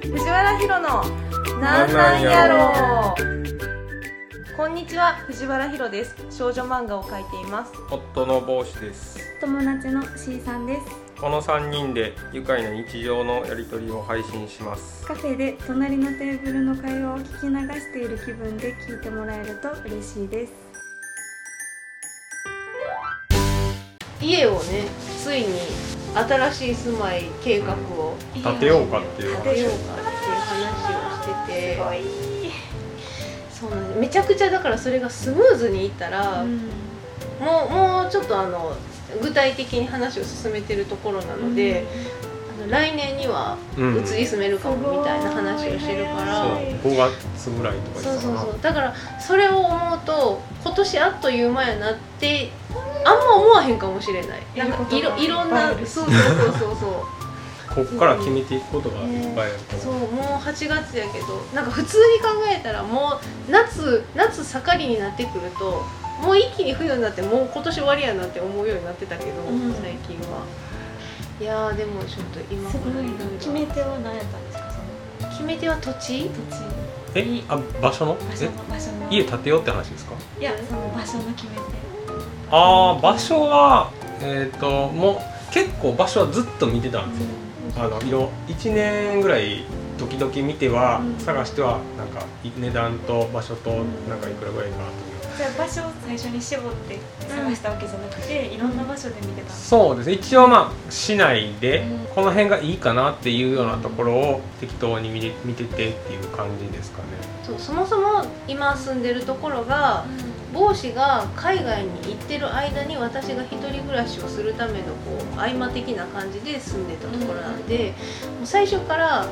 ひろのなんなんやろこんにちは藤原ひろです少女漫画を描いています夫の帽子です友達の C さんですこの3人で愉快な日常のやり取りを配信しますカフェで隣のテーブルの会話を聞き流している気分で聞いてもらえると嬉しいです家をねついに新しい住まい計画を立てようかっていう立て話ようかっていう話をしててそうなんですめちゃくちゃだからそれがスムーズにいったら、もうもうちょっとあの具体的に話を進めてるところなので、あの来年にはうん移り住めるかもみたいな話をしてるから。そう5月ぐらいとかそ言うってたそうかそうだからそれを思うと今年あっという間やなってあんま思わへんかもしれないなんかいろいろんなそうそうそうそうそうなこっから決めていくことがいっぱいあるとそ 思ううもう8月やけどなんか普通に考えたらもう夏夏盛りになってくるともう一気に冬になってもう今年終わりやなって思うようになってたけど、うん最近はいやーでもちょっと今すからごいいろいろ決め手は何やったんですかそ決め手は土地の土地えあ場所の場所えの場所の家建てようって話ですかいやその場所の決め手ああ場所はえっ、ともう結構場所はずっと見てたんですよあの色1年ぐらい時々見ては、うん探してはなんか値段と場所となんかいくらぐらいかなというじゃあ場所を最初に絞って探したわけじゃなくて、いろんな場所で見てたんですそうですね一応まあ市内でうんこの辺がいいかなっていうようなところを適当に見れ見ててっていう感じですかねそうそもそも今住んでるところが帽子が海外に行ってる間に私が一人暮らしをするためのこう合間的な感じで住んでたところなんで、もう最初からあの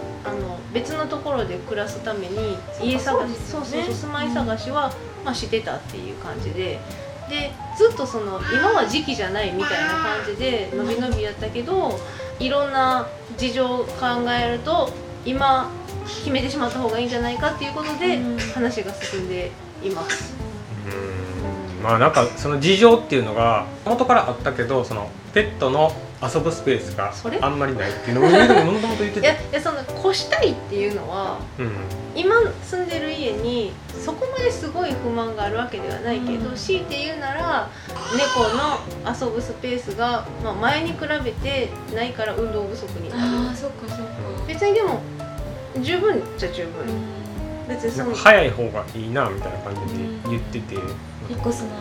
別のところで暮らすために家探しそそううそうかそうですよねそう住まい探しは、まあ、してたっていう感じで。でずっとその今は時期じゃないみたいな感じでのびのびやったけどいろんな事情を考えると今決めてしまった方がいいんじゃないかっていうことでうん話が進んでいます。うんまあなんかその事情っていうのが元からあったけどそのペットの遊ぶスペースがそれあんまりないっていうのをもともと言っていやいて、やその越したいっていうのはうん、今住んでる家にそこまですごい不満があるわけではないけど、うん強いて言うなら猫の遊ぶスペースが、まあ、前に比べてないから運動不足になるあそっかそっ別にでも十分じゃ十分、別にそなんのか早い方がいいなみたいな感じで言ってて、引っ越すなら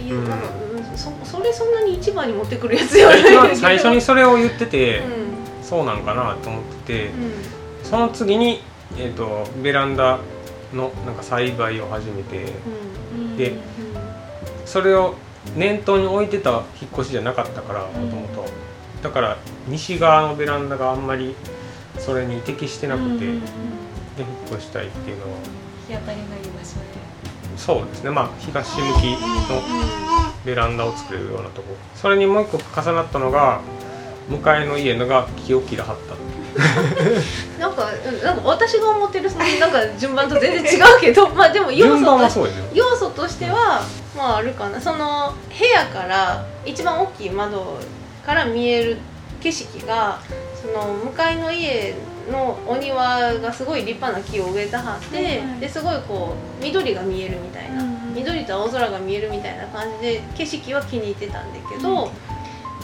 家うん多分、うんそそれそんなに一番に持ってくるやつよ一番最初にそれを言ってうてん、そうなんかなと思ってて、うんその次に、えー、とベランダのなんか栽培を始めてうんでそれを念頭に置いてた引っ越しじゃなかったからんもともとだから西側のベランダがあんまりそれに適してなくて、うんで引っ越したいっていうのは日当たりのいい場所でそうですねまあ東向きのベランダを作れるようなとこそれにもう一個重なったのが向かいの家のが木を切らはったなんかうんなんか私が思ってるそのなんか順番と全然違うけどまあでも要順素番とはしてそうですよ要素としてはまああるかなその部屋から一番大きい窓から見える景色がその向かいの家のお庭がすごい立派な木を植えたはって、はいはいですごいこう緑が見えるみたいな、うんうん緑と青空が見えるみたいな感じで景色は気に入ってたんだけど、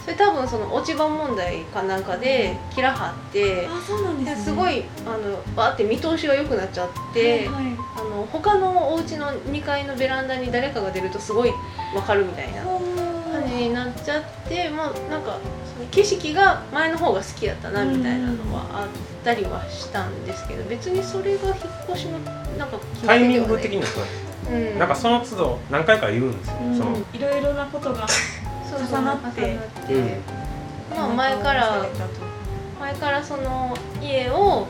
それ多分その落ち葉問題かなんかで切らはって。あそうなんいやすごいあのバーって見通しが良くなっちゃって、はいはいあの他のお家の2階のベランダに誰かが出るとすごいわかるみたいな感じになっちゃってまあなんかその景色が前の方が好きやったなみたいなのはあったりはしたんですけど別にそれが引っ越しのなんか決タイめ手ミでンはグない的にもそうですうん、なんかその都度何回か言うんですよ、うんそのいろいろなことがそうそう重なって重なってうんまあ前から前からその家を、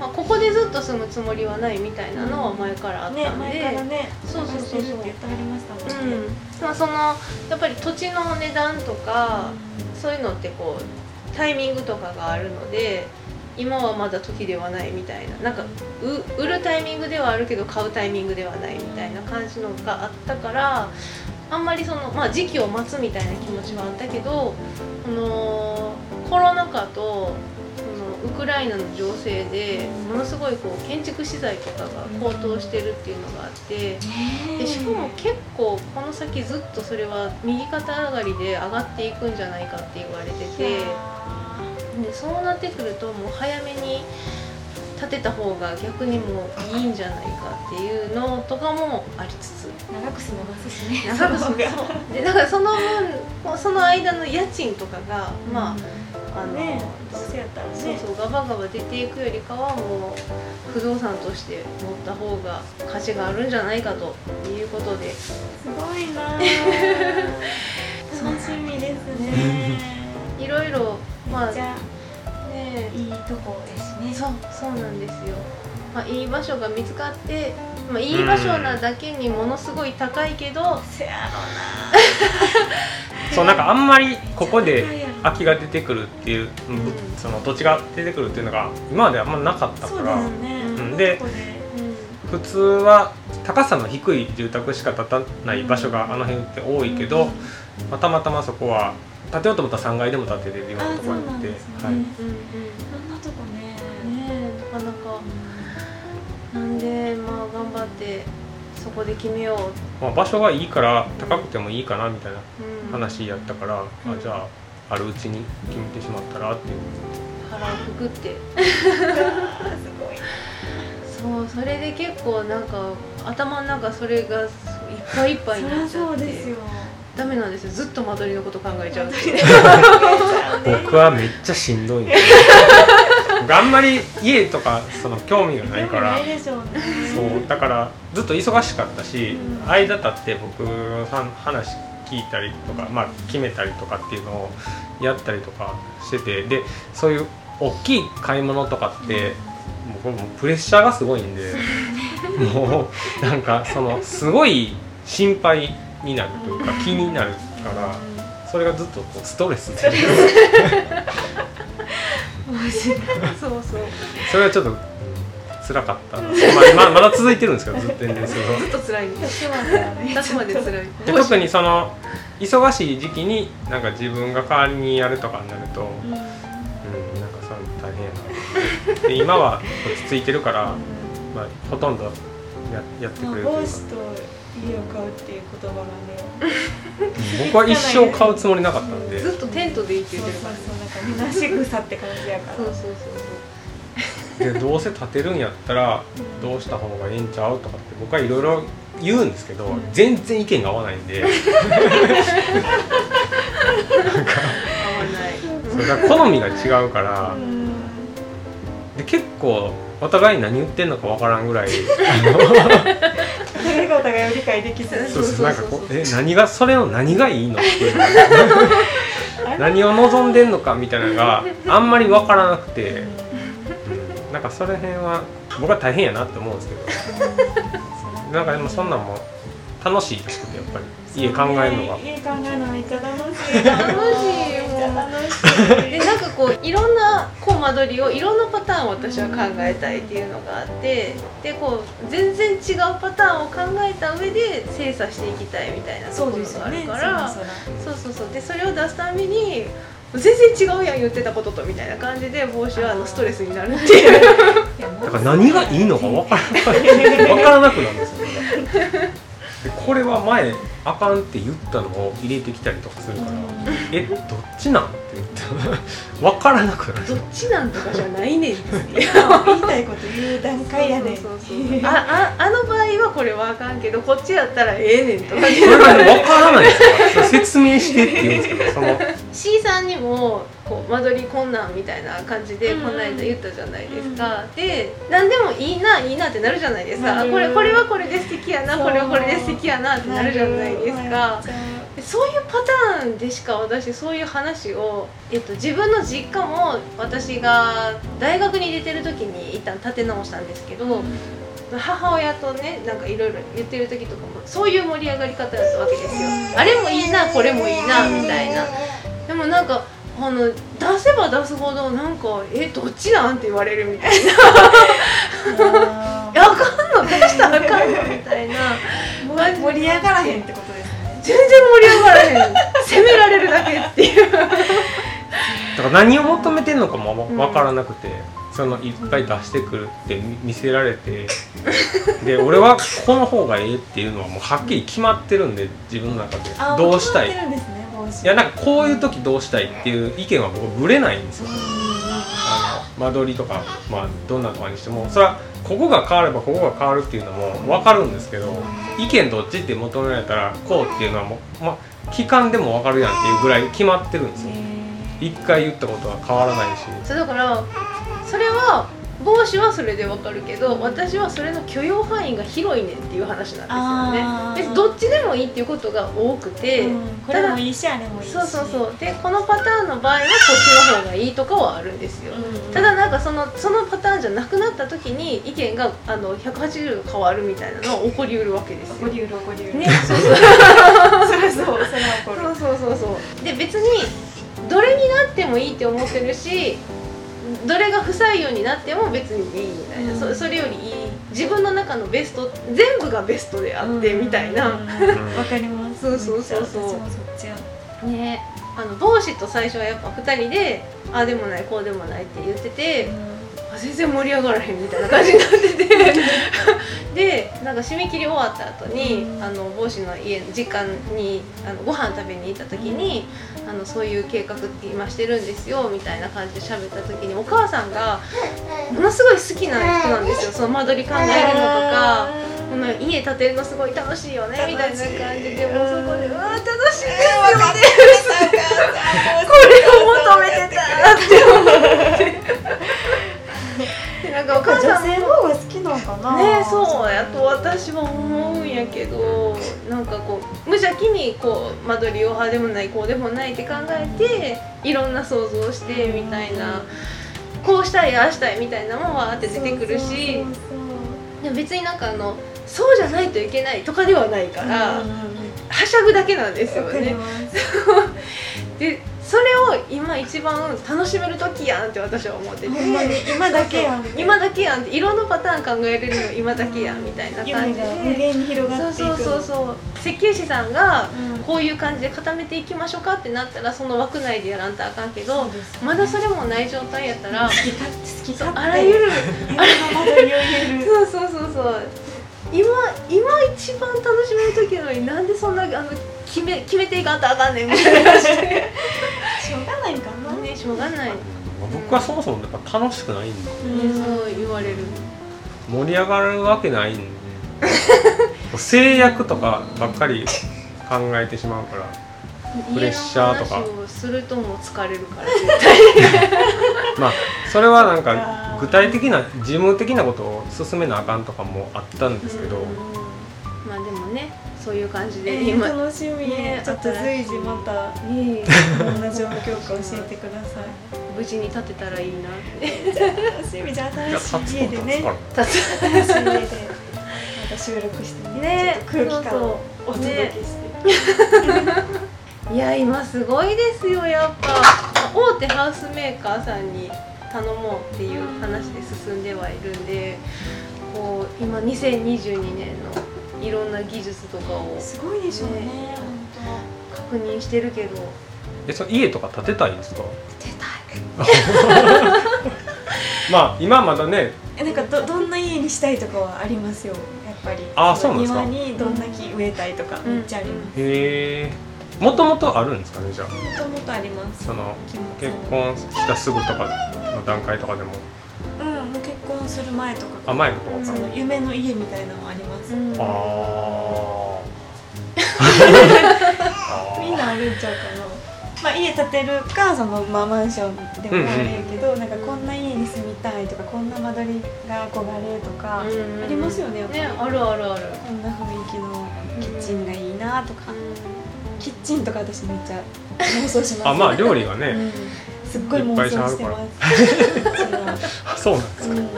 まあ、ここでずっと住むつもりはないみたいなのは前からあったんで、ね前からねそうそうそうそう探してるって言ってはりましたもんねうんまあ、そのやっぱり土地の値段とかそういうのってこうタイミングとかがあるので今はまだ時ではないみたいななんかう売るタイミングではあるけど買うタイミングではないみたいな感じのがあったからあんまりその、まあ、時期を待つみたいな気持ちはあったけど、あのーコロナ禍とそのウクライナの情勢でものすごいこう建築資材とかが高騰してるっていうのがあってでしかも結構この先ずっとそれは右肩上がりで上がっていくんじゃないかって言われててでそうなってくるともう早めに建てた方が逆にもういいんじゃないかっていうのとかもありつつ長く住めますしねそうそうそそうの方がでだからその分その間の家賃とかがまあ、あの、ねどうせやったらねそうそうガバガバ出ていくよりかはもう不動産として持った方が価値があるんじゃないかということですごいなあ楽しみですねいろいろまあじねゃえいいとこですねそうそうなんですよ、まあ、いい場所が見つかって、まあ、いい場所なだけにものすごい高いけど、せやそうなんかあんまりここめっちゃ高いでやろ空きが出てくるっていう、うんうんその土地が出てくるっていうのが今まであんまなかったろかそうら、ですうねんでここで普通は高さの低い住宅しか建たない場所があの辺って多いけど、まあたまたまそこは建てようと思ったら3階でも建てれるようなところにあそうなっんて、ですねはいうんうんそんなとこねうんねえなかなかなんでまあ頑張ってそこで決めよまあ、場所がいいから高くてもいいかなみたいなう、うん、話やったから、うんあじゃああるうちに決めてしまったらっていう腹をくくってすごいそうそれで結構なんか頭の中それがいっぱいいっぱいにそりなゃっちゃそっうですてよダメなんですよずっと間取りのこと考えちゃうっていう僕はめっちゃしんどいんで 僕あんまり家とかその興味がないかでもらないでしょうねそうだからずっと忙しかったし、うん間経って僕のさん話聞いたりとか、まあ、決めたりとかっていうのをやったりとかしててでそういう大きい買い物とかって、もうもうプレッシャーがすごいんで もうなんかそのすごい心配になるというか気になるから。それがずっとこうストレス で そうそうそれがちょっとうん辛かったな、まあ、ままだ続いてるんですけどずっと全然それはずっと辛いんで 立すちまではね立つまで辛いで特にその忙しい時期になんか自分が代わりにやるとかになると、うん、なんかそういうの大変やなで今は落ち着いてるから、まあ、ほとんどややってくれるとい帽うか子と家を買うっていう言葉がね僕は一生買うつもりなかったんでずっとテントで生きそてうるそうそうからねなんか虚し草って感じやからそうそうそうでどうせ建てるんやったらどうした方がええんちゃうとかって僕はいろいろ言うんですけど、全然意見が合わないんでなんか合わ ないそれが好みが違うから。うんで結構お互い何言ってんのかわからんぐらいそれがお互いを理解できずそそうううそそううなんかこうえ何がそれの何がいいのっていう何を望んでんのかみたいなのがあんまりわからなくて、うんなんかそれ辺は僕は大変やなって思うんですけどなんかでもそんなんも楽しいらしくてやっぱり家考えるのが。家考えるのめっちゃ楽しい楽しいよめっちゃ楽しいでなんかこういろんなこう間取りをいろんなパターンを私は考えたいっていうのがあってでこう全然違うパターンを考えた上で精査していきたいみたいなとそうころですがよあねるからそらそうそうそうでそれを出すために全然違うやん言ってたこととみたいな感じで帽子はあのストレスになるっていうだから何がいいのか分からない分からなくなるんですよねでこれは前あかんって言ったのを入れてきたりとかするから「えどっちなん?」って言ったら分からなくなる どっちなんとかじゃないねんっていうそう言いたいこと言う段階やねそうそうそうあああの場合はこれはあかんけどこっちやったらええねんとかこれがね分からないんですよそれ説明してって言うんですけどその C さんにもこう間取り困難みたいな感じでうんこの間言ったじゃないですか、で何でもいいないいなってなるじゃないですか、なあるこれこれはこれで素敵やなそうこれはこれで素敵やなってなるじゃないですかでそういうパターンでしか私そういう話を、えっと、自分の実家も私が大学に出てる時に一旦立て直したんですけど、母親とねなんかいろいろ言ってる時とかもそういう盛り上がり方だったわけですよあれもいいなこれもいいなみたいなでもなんかあの出せば出すほどなんか「えどっちなん?」って言われるみたいな あ「いやあかんの出したらあかんの」みたいなーもう 盛り上がらへんってことですね全然盛り上がらへん責められるだけっていうだから何を求めてんのかも分からなくて、そのいっぱい出してくるって見見せられてで俺はこの方がええっていうのはもうはっきり決まってるんで自分の中であどうしたい決まってるんですね帽子いやなんかこういう時どうしたいっていう意見は僕ぶれないんですよあの間取りとか、まあ、どんなとかにしてもそれはここが変わればここが変わるっていうのも分かるんですけど意見どっちって求められたらこうっていうのはもう、まあ、期間でも分かるやんっていうぐらい決まってるんですよ一回言ったことは変わらないし そうだからそれは帽子はそれでわかるけど私はそれの許容範囲が広いねんっていう話なんですよあねー別にどっちでもいいっていうことが多くて、うんこれもいいしあれもいいしそうそううそうでこのパターンの場合はこっちの方がいいとかはあるんですよ、んただなんかそのそのパターンじゃなくなった時に意見があの180度変わるみたいなのは起こりうるわけですゴよリュールゴリュールねそう そうそりゃそうそれは怒そうそうそうそうで別にどれになってもいいって思ってるしどれが不採用になっても別にいいみたいな、うんそそれよりいい自分の中のベスト全部がベストであるってみたいな、うんわかりますそうそうそうそうめっちゃ私もそっちやねあの帽子と最初はやっぱ2人でああでもないこうでもないって言ってて、あ全然盛り上がらへんみたいな感じになっててでなんか締め切り終わった後に、うんあの帽子の家実家にあのご飯食べに行った時に、あのそういう計画今してるんですよみたいな感じで喋った時にお母さんがものすごい好きな人なんですよその間取り考えるのとか。この家建てるのすごい楽しいよねみたいな感じでもうそこで「うわー楽しいですよね」これを求めてたなって思ってで なんかお母さん性の方が好きなのかなねそうやと私は思うんやけどなんかこう無邪気にこう間取りをああでもないこうでもないって考えていろんな想像をしてみたいなこうしたいああしたいみたいなもんはあって出てくるしそうそうでも別になんかあのそうじゃないといけないとかではないからそうはしゃぐだけなんですよわかりね。ますでそれを今一番楽しめる時やんって私は思っててほんまに今だけやん今だけやんっていろんなパターン考えれるの今だけやんみたいな感夢じが無で限に広そがうっていくそうそうそう設計士さんがうんこういう感じで固めていきましょうかってなったらその枠内でやらんとあかんけどですまだそれもない状態やったら好き勝手好き勝手あらゆるあれまだ余裕いるそうそうそうそう今今一番楽しめる時なのになんでそんなあの決め決めていかんとあかんねんみたいな感じでしょうがないかなねしょうがない、ね、僕はそもそもやっぱ楽しくないんでそう言われる盛り上がるわけないんで 制約とかばっかり考えてしまうからプレッシャーとか家の話をするともう疲れるからまあそれはなんか具体的な事務的なことを進めなあかんとかもあったん ですけど、うんまあでもねそういう感じでえー今、楽しみ、ねちょっと随時またねどんな状況か教えてください無事に立てたらいいなって楽しみじゃいやあ立新しつこい家とではねつから立つ新しい家でまた収録してね ねちょっと空気感をおそうそう届けして、いや今すごいですよやっぱ大手ハウスメーカーさんに頼もうっていう話で進んではいるんでこう今2022年のいろんな技術とかをすごいでしょうねね本確認してるけどえその家とか建てたいんですか当出たいまあ今まだねえなんかどどんな家にしたいとかはありますよやっぱりあそうなんですか庭にどんな木植えたいとかうんめっちゃありますへえもともとあるんですかねじゃあもともとありますその気持ち結婚したすぐとかの段階とかでもうんもう結婚する前とか甘いことそかの夢の家みたいなのもあります、うんあーみんなあるんちゃうかなまあ家建てるかその、まあ、マンションでもあるんやけど、なんかこんな家に住みたいとかこんな間取りが憧れとか、うんありますよねやっぱりねあるあるあるこんな雰囲気のキッチンがいいなとか、キッチンとか私めっちゃ妄想しますあまあ料理がね、すっごい妄想してます あそうなんですうか、ん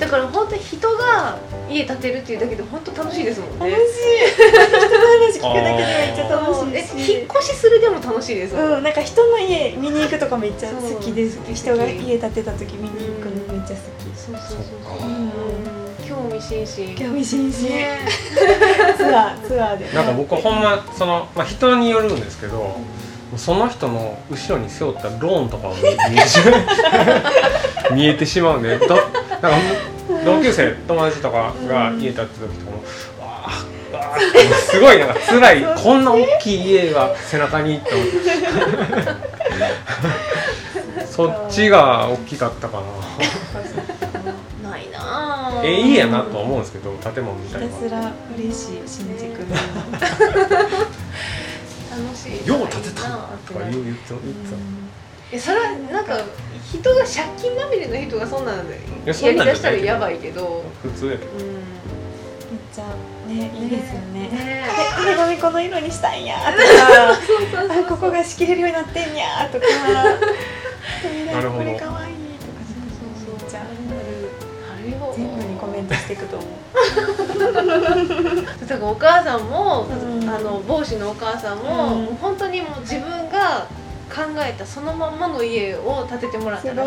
だから本当に人が家建てるっていうだけで本当楽しいですもん楽ねしい人の話聞くだけでめっちゃ楽えしい引っし越しするでも楽しいですもん、うん、なんか人の家見に行くとかめっちゃ好きですそう人が家建てた時見に行くのめっちゃ好そうそうそうそそうう、かうん、興味津々き興味津々、ねツアーツアーでなんか僕ほんまその、まあ、人によるんですけどその人の後ろに背負ったローンとかを見えてし まう見えてしまうんでだなんか同級生友達とかが家建った時とかも「わあわあ」ってすごいなんか辛いこんな大きい家が背中にって思 ってそっちが大きかったかないななぁええ家やなとは思うんですけど建物みひたいたなすら嬉しい新宿の楽しいよう建てたなぁってとかな言るう言って言ってたえそれはなんか人が借金まみれの人がそんなのややそんりなんだしじゃたならいけどやばいけど普通やけどうんめっちゃねいいですよね ね壁紙この色にしたんやとかあここが仕切れるようになってんやとかなる扉ほどこれかわいいとかそうそうじゃああれを全部にコメントしていくと思うだからお母さんも、うんあの帽子のお母さんも,、うんもう本当にもう自分が考えたそのまんまの家を建ててもらったらしくっ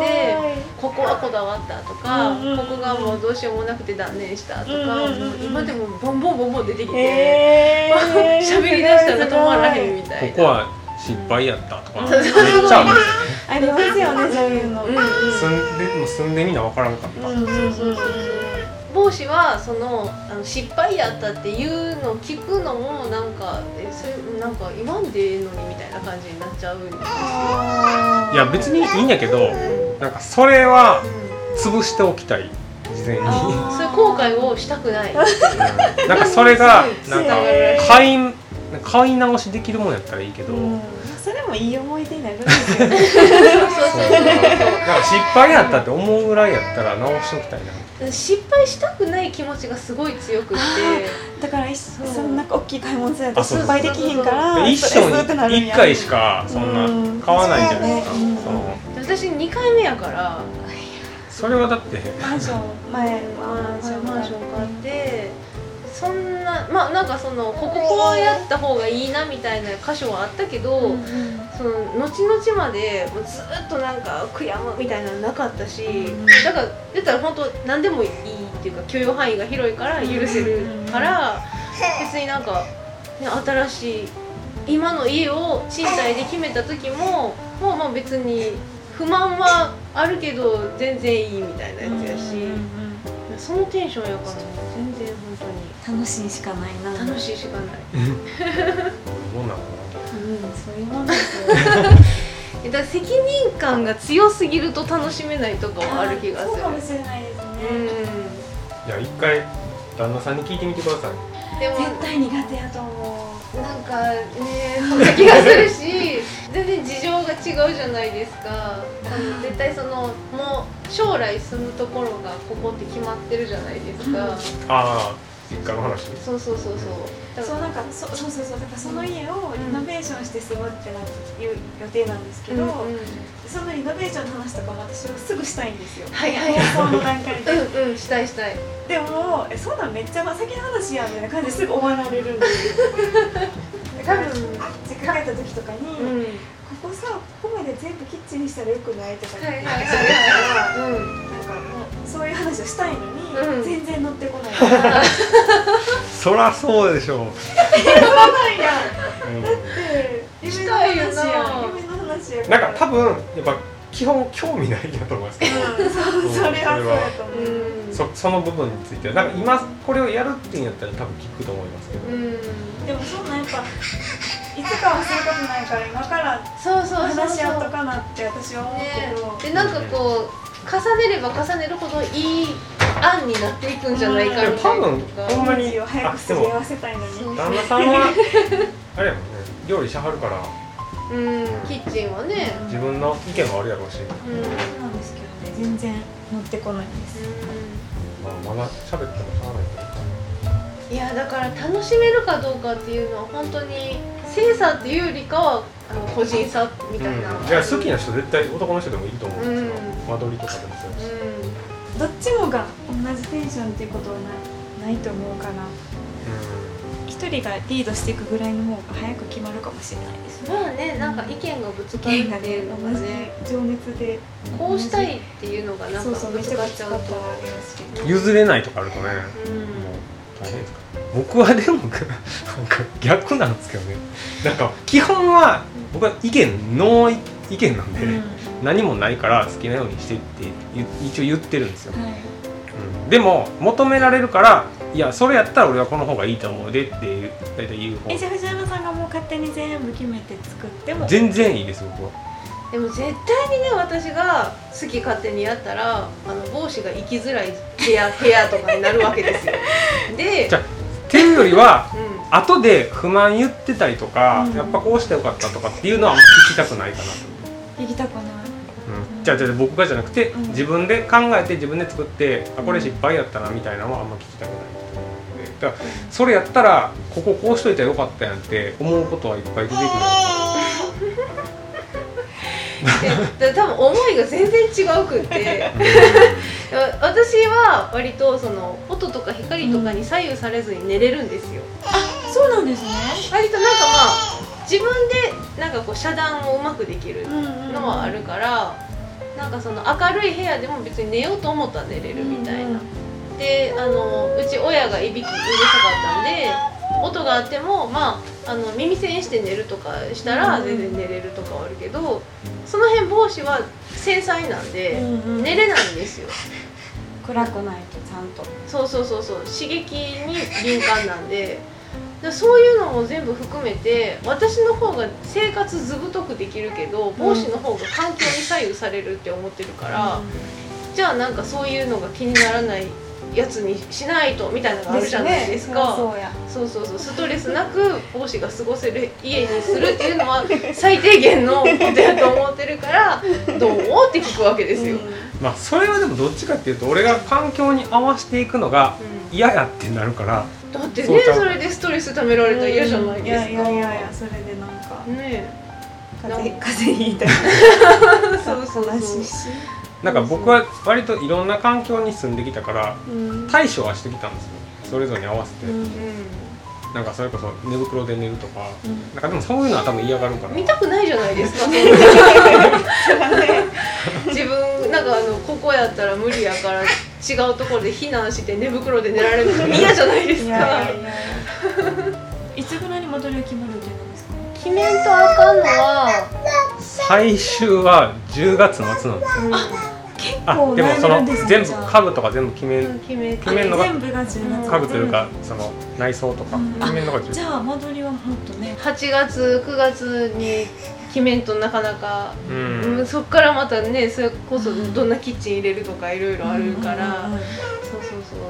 てここはこだわったとか、うんうんうんここがもうどうしようもなくて断念したとか、うんうんうんうんもう今でもボンボンボンボン出てきてご喋、いえーりだしたら止まらへんんみたこいな。こは失敗やったとかうめんっちゃあるんですよありますよねそういうのうんうん住んでもう住んでみな分からんかった、そうそうそうそう帽子はそのあの失敗やったっていうのを聞くのもなんかえそれなんか言わんでええのにみたいな感じになっちゃうんですよあーいや別にいいんやけどなんかそれは潰しておきたい事前にあそういう後悔をしたくないなんかそれがなんかへー買い買い直しできるもんやったらいいけど、うんそれもいい思い出になるんで すよねそうそうそうそうなんか失敗やったって思うぐらいやったら直しておきたいなそう失敗したくない気持ちがすごい強くってだから一うそんな大きい買い物するとあそう失敗できへんからで一ストレスってな生るんにや1回しかそんうんな買わないじゃないですか、そうやねうんそでの私2回目やからそれはだ ってマンション前マンションマンション買っってそんなまあなんかそのこここうやった方がいいなみたいな箇所はあったけど、その後々までもうずっとなんか悔やむみたいなのなかったし、だから言ったら本当何でもいいっていうか許容範囲が広いから許せるから、別になんか、ね、新しい今の家を賃貸で決めた時ももうまあ別に不満はあるけど全然いいみたいなやつやし、そのテンションやから全然本楽しいしかないな当に楽しいしかない。どうなのそういうもんですよえだから責任感が強すぎると楽しめないとかはある気がするそうかもしれないですねうんいや一回旦那さんに聞いてみてくださいでも絶対苦手やと思なんかねそんな気がするし全然事情が違うじゃないですかあの絶対そのもう将来住むところがここって決まってるじゃないですか、ああ一回の話そうそうそうそううだそうかなんかそそうそうそうだからその家をリノベーションして住むってないう予定なんですけらど、うんうんそのリノベーションの話とかも私はすぐしたいんですよはいはいはい放送の段階でうんうんしたいしたいでもえそんなんめっちゃ先の話やんみたいな感じですぐ終わられるんですよ多分実家帰った時とかに、うんはいここさここまで全部キッチンにしたらよくないとか言はっいてはいはいうんなんかもうそういう話をしたいのに、うん全然乗ってこないからそらそうでしょう、で夢のしたい話よなや夢の話やなんか多分やっぱ基本興味ないんだと思いますけどうんそうそれはそうやと思う、うんそその部分についてはなんか今これをやるっていうんやったら多分聞くと思いますけど、うんでもそんなんやっぱいつかはそういうことないから今からそうそうそうそう話し合っとかなって私は思うねけど、でなんかこう重ねれば重ねるほどいい案になっていくんじゃないかでもみたいな多のが分ほんまに気持ちを早くすり合わせたいのに旦那さん はあれやもんね料理しはるからうんキッチンはね自分の意見もあるやろうし、うん、うんそうなんですけどね全然乗ってこないですまあ、まだ喋ってもしゃあないけどいやだから楽しめるかどうかっていうのは本当に精査っていうよりかはあの個人差みたいな、うん、いや好きな人絶対男の人でもいいと思うんですよ、う間取りとかでもそうやし、うどっちもが同じテンションっていうことはないないと思うから一人がリードしていくぐらいの方が早く決まるかもしれないですん、まあねなんか意見がぶつかるっていうのが同じね情熱でこうしたいっていうのがなんそうかそうぶめっつちゃかっぶつちかゃっうたとらあれですけうどん譲れないとかあるとね、うんもう大変ですか僕はでもなんか逆なんですけどねなんか基本は僕は意見ノー意見なんで、何もないから好きなようにしてって言一応言ってるんですよ、はいうんでも求められるからいやそれやったら俺はこの方がいいと思うでって大体言うえじゃ方あ藤山さんがもう勝手に全部決めて作っても全然いいです僕はでも絶対にね私が好き勝手にやったらあの帽子が行きづらい部屋 部屋とかになるわけですよでじゃっていうよりはうん後で不満言ってたりとか、やっぱこうしてよかったとかっていうのはあんま聞きたくないかなと行きたくないうんじゃあじゃあ僕がじゃなくて、自分で考えて自分で作ってあこれ失敗やったなみたいなのはあんま聞きたくないと思うのでだからそれやったらこここうしといたらよかったやんって思うことはいっぱい出てくるんで多分思いが全然違うくって 私は割とその音とか光とかに左右されずに寝れるんですよそうなんですね割となんかまあ自分でなんかこう遮断をうまくできるうんのはあるからなんかその明るい部屋でも別に寝ようと思ったら寝れるみたいなであのうち親がいびきうるさかったんで音があっても、まあ、あの耳栓して寝るとかしたら全然寝れるとかはあるけどその辺帽子は繊細なんうでんうん寝れないんですよ暗くないとちゃんとそうそうそうそう刺激に敏感なんでだそういうのも全部含めて私の方が生活ずぶとくできるけど帽子の方が環境に左右されるって思ってるから、じゃあなんかそういうのが気にならないやつにしないとみたいなのがあるじゃないですねか。そうやそうそうそうストレスなく帽子が過ごせる家にするっていうのは最低限のことやと思ってるからどうって聞くわけですよ。 まあそれはでもどっちかっていうと俺が環境に合わせていくのがうん嫌やってなるからだってそうねちゃうそれでストレス溜められたら嫌じゃないですか。いやいやいやいやそれでなんかね風なん邪風邪ひいたり えそう そう悲しいしなんか僕は割といろんな環境に住んできたからうん対処はしてきたんですよそれぞれに合わせて、うんうなんかそれこそ寝袋で寝るとか、なんかでもそういうのは多分嫌がるからん見たくないじゃないですかそんな自分なんかあのここやったら無理やから違うところで避難して寝袋で寝られるの嫌じゃないですかいやいやいやいつぐらいに戻りを決まる予定なんですか決めんとあかんのは最終は10月末なんですよ結あ構でもそ悩のみですね全部じゃあ家具とか全部決め決め決めんのが全部が10月家具というかその内装とかうん決めんのが重じ要ゃあ間取りはもっとね8月9月に決めんとなかなか、ううんんそっからまたねそれこそどんなキッチン入れるとかいろいろあるから、うんうんうんそうそうそう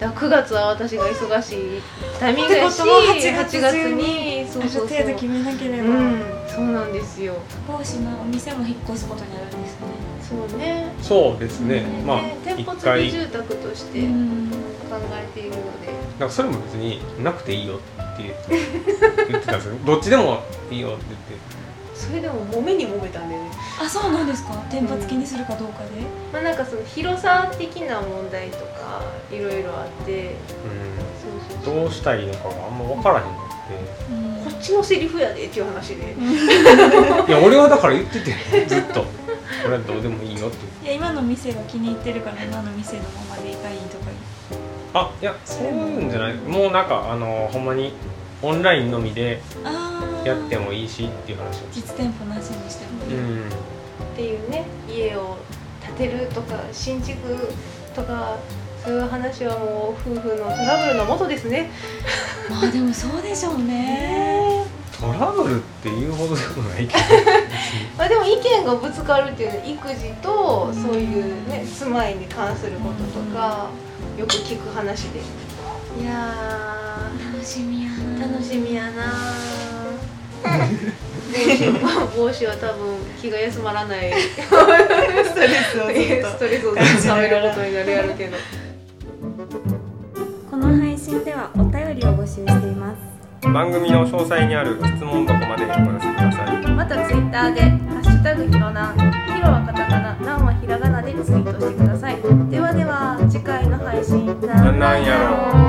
だから9月は私が忙しいタイミングやしってことは8月8月にそうそうそうある程度決めなければ、うんそうなんですよ帽子のお店も引っ越すことになるんですねそうねそうですねまあね店一舗付き回住宅として考えているので、なんかそれも別になくていいよって言ってたん ですよどっちでもいいよって言ってそれでも揉めに揉めたんでねあそうなんですか天罰きにするかどうかで、まあなんかその広さ的な問題とかいろいろあってそううそうそうんどうしたらいいのかがあんま分からへんくうんこっちのセリフやでっていう話で、ていや俺はだから言っててずっと俺はどうでもいいよって言って いや今の店が気に入ってるから今の店のままでいいがいいとかあいやそういうんじゃないもうなんかあのほんまにオンラインのみでああやってもいいしっていう話をして実店舗なしにしても、うんっていうね家を建てるとか新築とかそういう話はもう夫婦のトラブルのもとですねまあでもそうでしょうねトラブルっていうほどでもないけどまあでも意見がぶつかるっていうのは育児とそういうね住まいに関することとかよく聞く話でいや楽しみやーな楽しみや なー帽子は帽子は多分気が休まらないスストレスをトレスをためることになるやるけどこの配信ではお便りを募集しています番組の詳細にある質問箱までお寄せくださいまたツイッターで「ハッシュタグひろなん」ひろはカタカナ、なんはひらがなでツイートしてください。ではでは、次回の配信、なんなんやろう